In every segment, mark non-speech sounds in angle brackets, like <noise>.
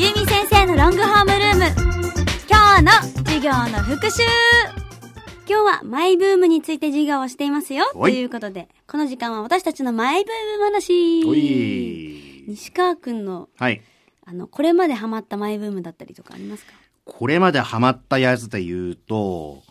ロングホームルーム今日の授業の復習今日はマイブームについて授業をしていますよとはいいうことでこの時間は私たちのマイブーム話おい。西川くんのはい。あのこれまでハマったマイブームだったりとかありますかこれまでハマったやつで言うと、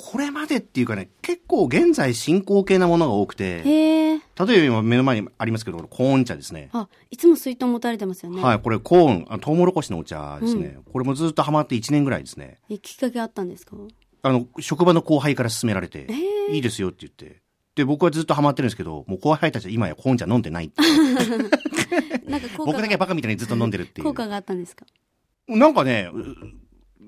これまでっていうかね、結構現在進行形なものが多くて、へえ例えば今目の前にありますけど、コーン茶ですね。あいつも水筒持たれてますよね、はい、これコーン、あトウモロコシのお茶ですね。これもずっとハマって1年ぐらいですね。えきっかけあったんですかあの、職場の後輩から勧められて、ーいいですよって言って。で、僕はずっとハマってるんですけど、もう後輩たちは今やコーン茶飲んでないって。なんか効果僕がだけはバカみたいにずっと飲んでるっていう。効果があったんですかなんかね、う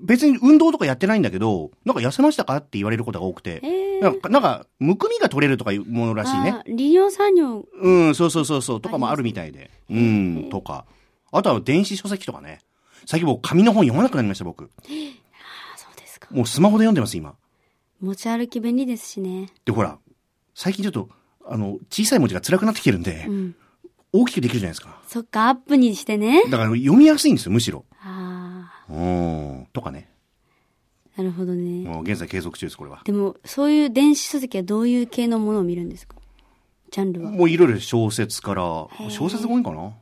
別に運動とかやってないんだけど、なんか痩せましたかって言われることが多くて。へえなんか、なんかむくみが取れるとかいうものらしいね。あー利尿作業うん、そうそうそうそう、とかもあるみたいで。うん、とか。あとは電子書籍とかね。最近僕、紙の本読まなくなりました、僕。あそうですかもうスマホで読んでます、今。持ち歩き便利ですしねで、ほら、最近ちょっと、あの、小さい文字が辛くなってきてるんで、うん大きくできるじゃないですか。そっかアップにしてねだから読みやすいんですよ、むしろ。あうん、とかね。あなるほどねもう現在継続中です、これは。でもそういう電子書籍はどういう系のものを見るんですかジャンルはもういろいろ小説から、小説が多いんかな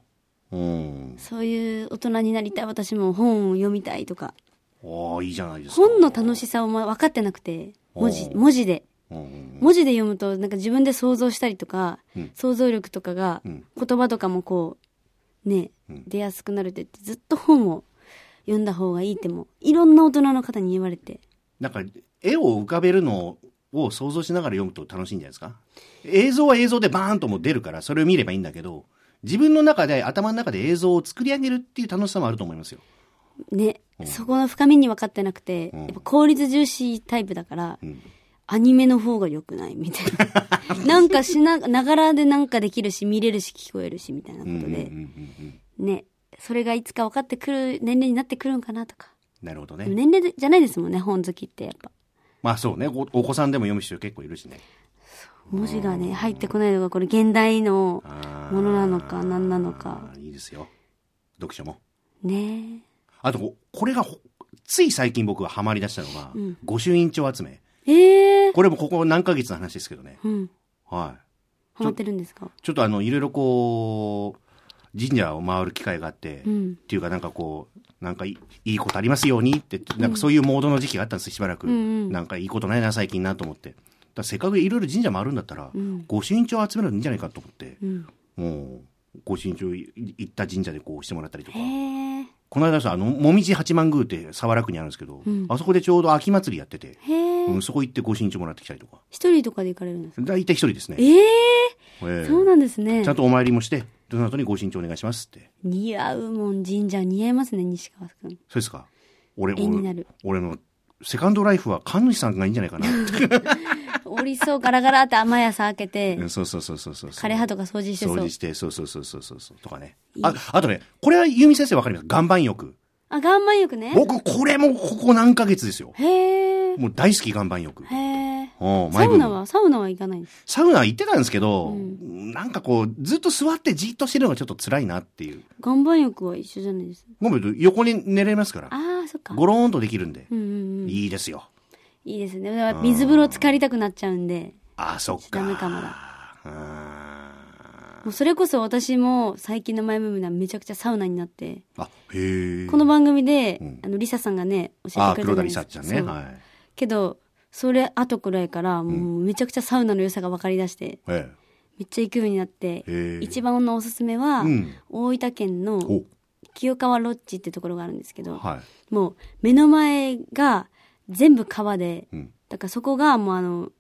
うん。そういう大人になりたい私も本を読みたいとかああ、いいじゃないですか。本の楽しさをま分かってなくて文字おー文字でうん文字で読むとなんか自分で想像したりとか、うん想像力とかが、うん言葉とかもこうね、うん出やすくなるって言ってずっと本を読んだ方がいいってもいろんな大人の方に言われてなんか、絵を浮かべるのを想像しながら読むと楽しいんじゃないですか映像は映像でバーンともう出るから、それを見ればいいんだけど、自分の中で、頭の中で映像を作り上げるっていう楽しさもあると思いますよ。ね、そこの深みに分かってなくて、んやっぱ効率重視タイプだから、んアニメの方が良くないみたいな <laughs> なんかしなながらでなんかできるし見れるし聞こえるしみたいなこうんとうんうんで、うんねそれがいつか分かってくる年齢になってくるんかなとかなるほどでもね。年齢じゃないですもんね本好きってやっぱまあそうねお、お子さんでも読む人結構いるしね。文字がね入ってこないのがこれ現代のあーものなのか何なのか。いいですよ。読書も。ねあとこ、これがほ、つい最近僕がハマり出したのが、うん御朱印帳集め。ええー、これもここ何ヶ月の話ですけどね。うんはい。ハマってるんですかちょっとあの、いろいろこう、神社を回る機会があって、うんっていうかなんかこう、なんかいいいいことありますようにって、なんかそういうモードの時期があったんですしばらく。うんうんなんかいいことないな、最近なと思って。だからせっかくいろいろ神社回るんだったら、うん御朱印帳集めるのいいんじゃないかと思って、うんもう、御朱印帳い行った神社でこうしてもらったりとかへ。えこの間さ、あの、もみじ八幡宮って沢楽にあるんですけど、うんあそこでちょうど秋祭りやってて、へえ、うん、そこ行って御朱印帳もらってきたりとか。一人とかで行かれるんですか大体一人ですね。ええええそうなんですねちゃんとお参りもして、どなたにご身長お願いしますって。似合うもん神社似合いますね西川くんそうですか俺、絵にな俺る俺の、セカンドライフは神主さんがいいんじゃないかなって。降りそうガラガラって毎朝開けてうんそうそうそうそうそう。枯葉とか掃除してそ掃う除して、そうそうそうそうそうそう。とかねい。いあ、あとね、これはゆみ先生わかります岩盤浴。あ岩盤浴ね僕、これもここ何ヶ月ですよ。へえもう大好き岩盤浴。へえおサウナはサウナは行かないんですサウナ行ってたんですけど、なんかこう、ずっと座ってじっとしてるのがちょっと辛いなっていう。岩盤浴は一緒じゃないですごめん、横に寝れますから。ああそっかゴローンとできるんで。うんうんうんいいですよ。いいですねだから水風呂浸かりたくなっちゃうんであそっか。ダメかもだあもうそれこそ私も最近のマイブームはめちゃくちゃサウナになって、ーあ、へえ。この番組で、んあのリサさんがね教えあてくれたじゃないでー、黒田理すか沙ちゃんね。そうはい。けどそれ後くらいからもうめちゃくちゃサウナの良さが分かりだして、えめっちゃ行くようになってへえ一番のおすすめは、うん大分県え。のお、清川ロッジってところがあるんですけど、はい。もう目の前が全部川で、うんだからそこがもうあの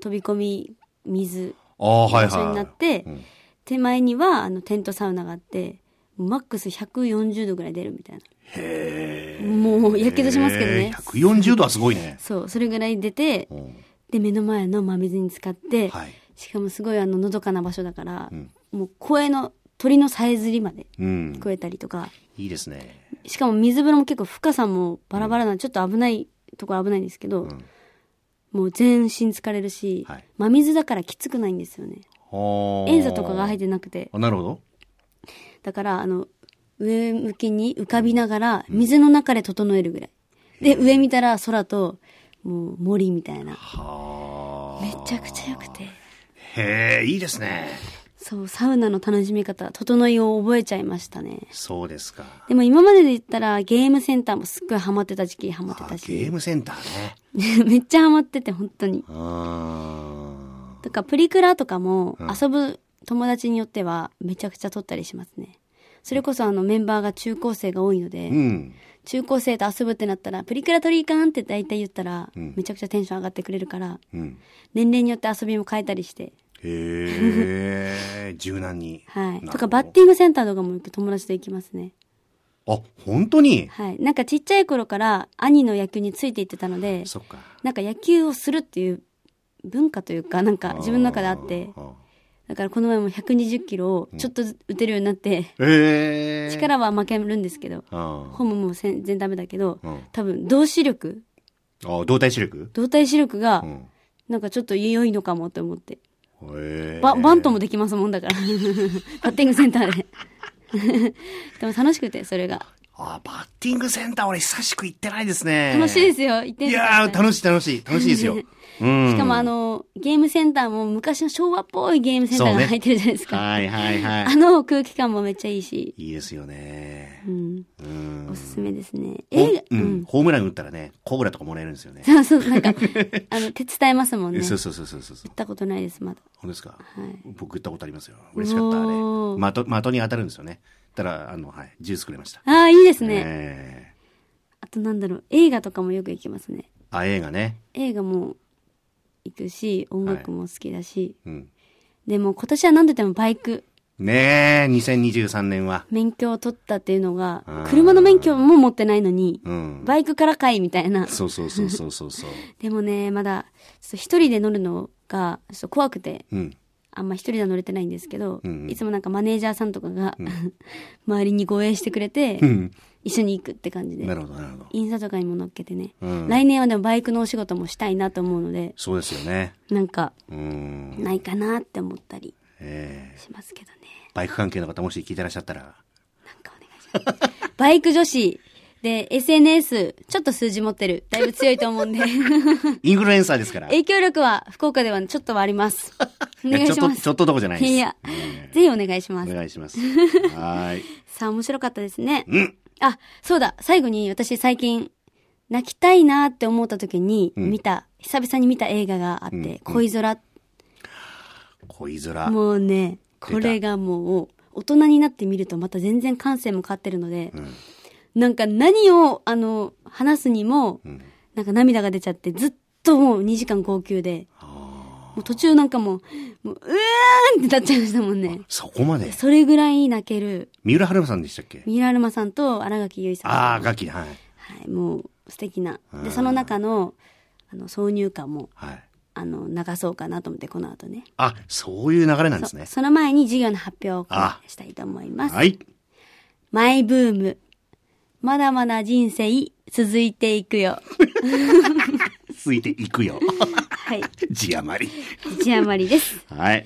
飛び込み水ああー、はい場はい。所になって、うん手前にはあのテントサウナがあってマックス140度ぐらい出るみたいなへえ。もうやけどしますけどねへー140度はすごいね。そうそれぐらい出てうんで目の前の真水に浸かって、はい。しかもすごいあののどかな場所だから、うんもう声の鳥のさえずりまでうん聞。こえたりとか、いいですね。しかも水風呂も結構深さもバラバラな、ちょっと危ないとこは危ないんですけど、うんもう全身疲れるし、はい真水だからきつくないんですよねはあ。塩素とかが入ってなくてあ、なるほど。だからあの上向きに浮かびながら、水の中で整えるぐらい。で、上見たら空と、もう森みたいな。はあ。めちゃくちゃ良くて。へえ、いいですね。そう、サウナの楽しみ方、整いを覚えちゃいましたね。そうですか。でも今までで言ったら、ゲームセンターもすっごいハマってた時期ハマってあたゲーし。ムセンターね。 <laughs> めっちゃハマってて、本当に。あとか、プリクラとかも、遊ぶ友達によっては、めちゃくちゃ撮ったりしますね。それこそあのメンバーが中高生が多いので、ーうん。中高生と遊ぶってなったら、プリクラ取り行かんって大体言ったら、めちゃくちゃテンション上がってくれるから、うん。年齢によって遊びも変えたりして、へえ、 <laughs> 柔軟に。はなるい。ほどとか、バッティングセンターとかもよく友達と行きますね。あ、本当にはい。なんかちっちゃい頃から兄の野球についていってたので、そっか。なんか野球をするっていう文化というか、なんか自分の中であって、あー。だからこの前も120キロをちょっとずつ打てるようになって、ええ。力は負けるんですけど、あホームも全然ダメだけどうん、多分動視力、ーあ、動体視力動体視力がう、ん。なんかちょっと良いのかもって思って。へえ。ババントもできますもんだから。 <laughs> バッティングセンターで。 <laughs> でも楽しくて、それが。あ、バッティングセンター俺久しく行ってないですね。。楽しいですすよ。行っていみてくだやさー、楽しい楽しい。楽しいです <laughs> よ。うん。しかもあ、の、ゲームセンターも昔の昭和っぽいゲームセンターそうがね入ってるじゃないですか。はいはいはあの空気感もめっちゃいいし、い。いいですよねう。ん、うんお。すすめですね。ほ映画、ううんん。ホームラン打ったらね、コブラとかもらえるんですよね。そうそう、 <laughs> なんか、あの、手伝えますもんね。えそ行うっそうそうそうそうそう。たことないです、まだ。本当ですか、はい僕行ったことありますよ。嬉しかった、あおれ。的、的に当たるんですよね。たら、あの、はい、ジュースくれました。ああ、いいですね。えあとなんだろう、映画とかもよく行きますね。えあ、映画ね。映画も行くし、音楽も好きだし、うん。でも今年は何と言ってもバイク、ねえ、2023年は。免許を取ったっていうのがあー、車の免許も持ってないのに、うん。バイクからかいみたいな。そうそうそうそうそうそう。でも <laughs> ね、まだ、ちょっと一人で乗るのが、ちょっと怖くて、うん。あんま一人では乗れてないんですけど、うんうんいつもなんかマネージャーさんとかが、 <laughs> 周りに護衛してくれて、うん。一緒に行くって感じなで。るほど、なるほど。インスタとかにも乗っけてね、うん来年はでもバイクのお仕事もしたいなと思うので、そうですよね。なんか、うん。ないかなって思ったりええしますけどね。バイク関係の方もし聞いてらっしゃったら、なんかお願いし <laughs> ます。バイク女子で SNS、ちょっと数字持ってる。だいぶ強いと思 <laughs> うんで。インフルエンサーですから。影響力は福岡ではちょっとはあり <laughs> ます。おいや願いしちまょっと、す。ちょっとどこじゃないです。いやえぜひお願いしえまおす。願いし <laughs> ます。はーい。さあ、面白かったですね。うん。あ、そうだ。最後に私最近、泣きたいなって思った時にうん見た、久々に見た映画があって、うん恋空。恋空。もうね、出たこれがもう、大人になってみるとまた全然感性も変わってるので、んなんか何を、あの、話すにも、んなんか涙が出ちゃって、ずっともう2時間号泣で、あもう途中なんかもう、もう、うわーんってなっちゃいましたもんねー。そこまで。それぐらい泣ける、三浦春馬さんでしたっけ三浦アルマさんと新垣結衣さん。ああ、ガキ、はい。はい、もう素敵な。うで、んその中の、あの、挿入歌も、はい。あの、流そうかなと思って、この後ね。あ、そういう流れなんですそね。その前に授業の発表をあしたいと思います。はい。マイブーム。まだまだ人生続いていくよ。続いていくよ。 <laughs> はい。字余り。一余りです。はい。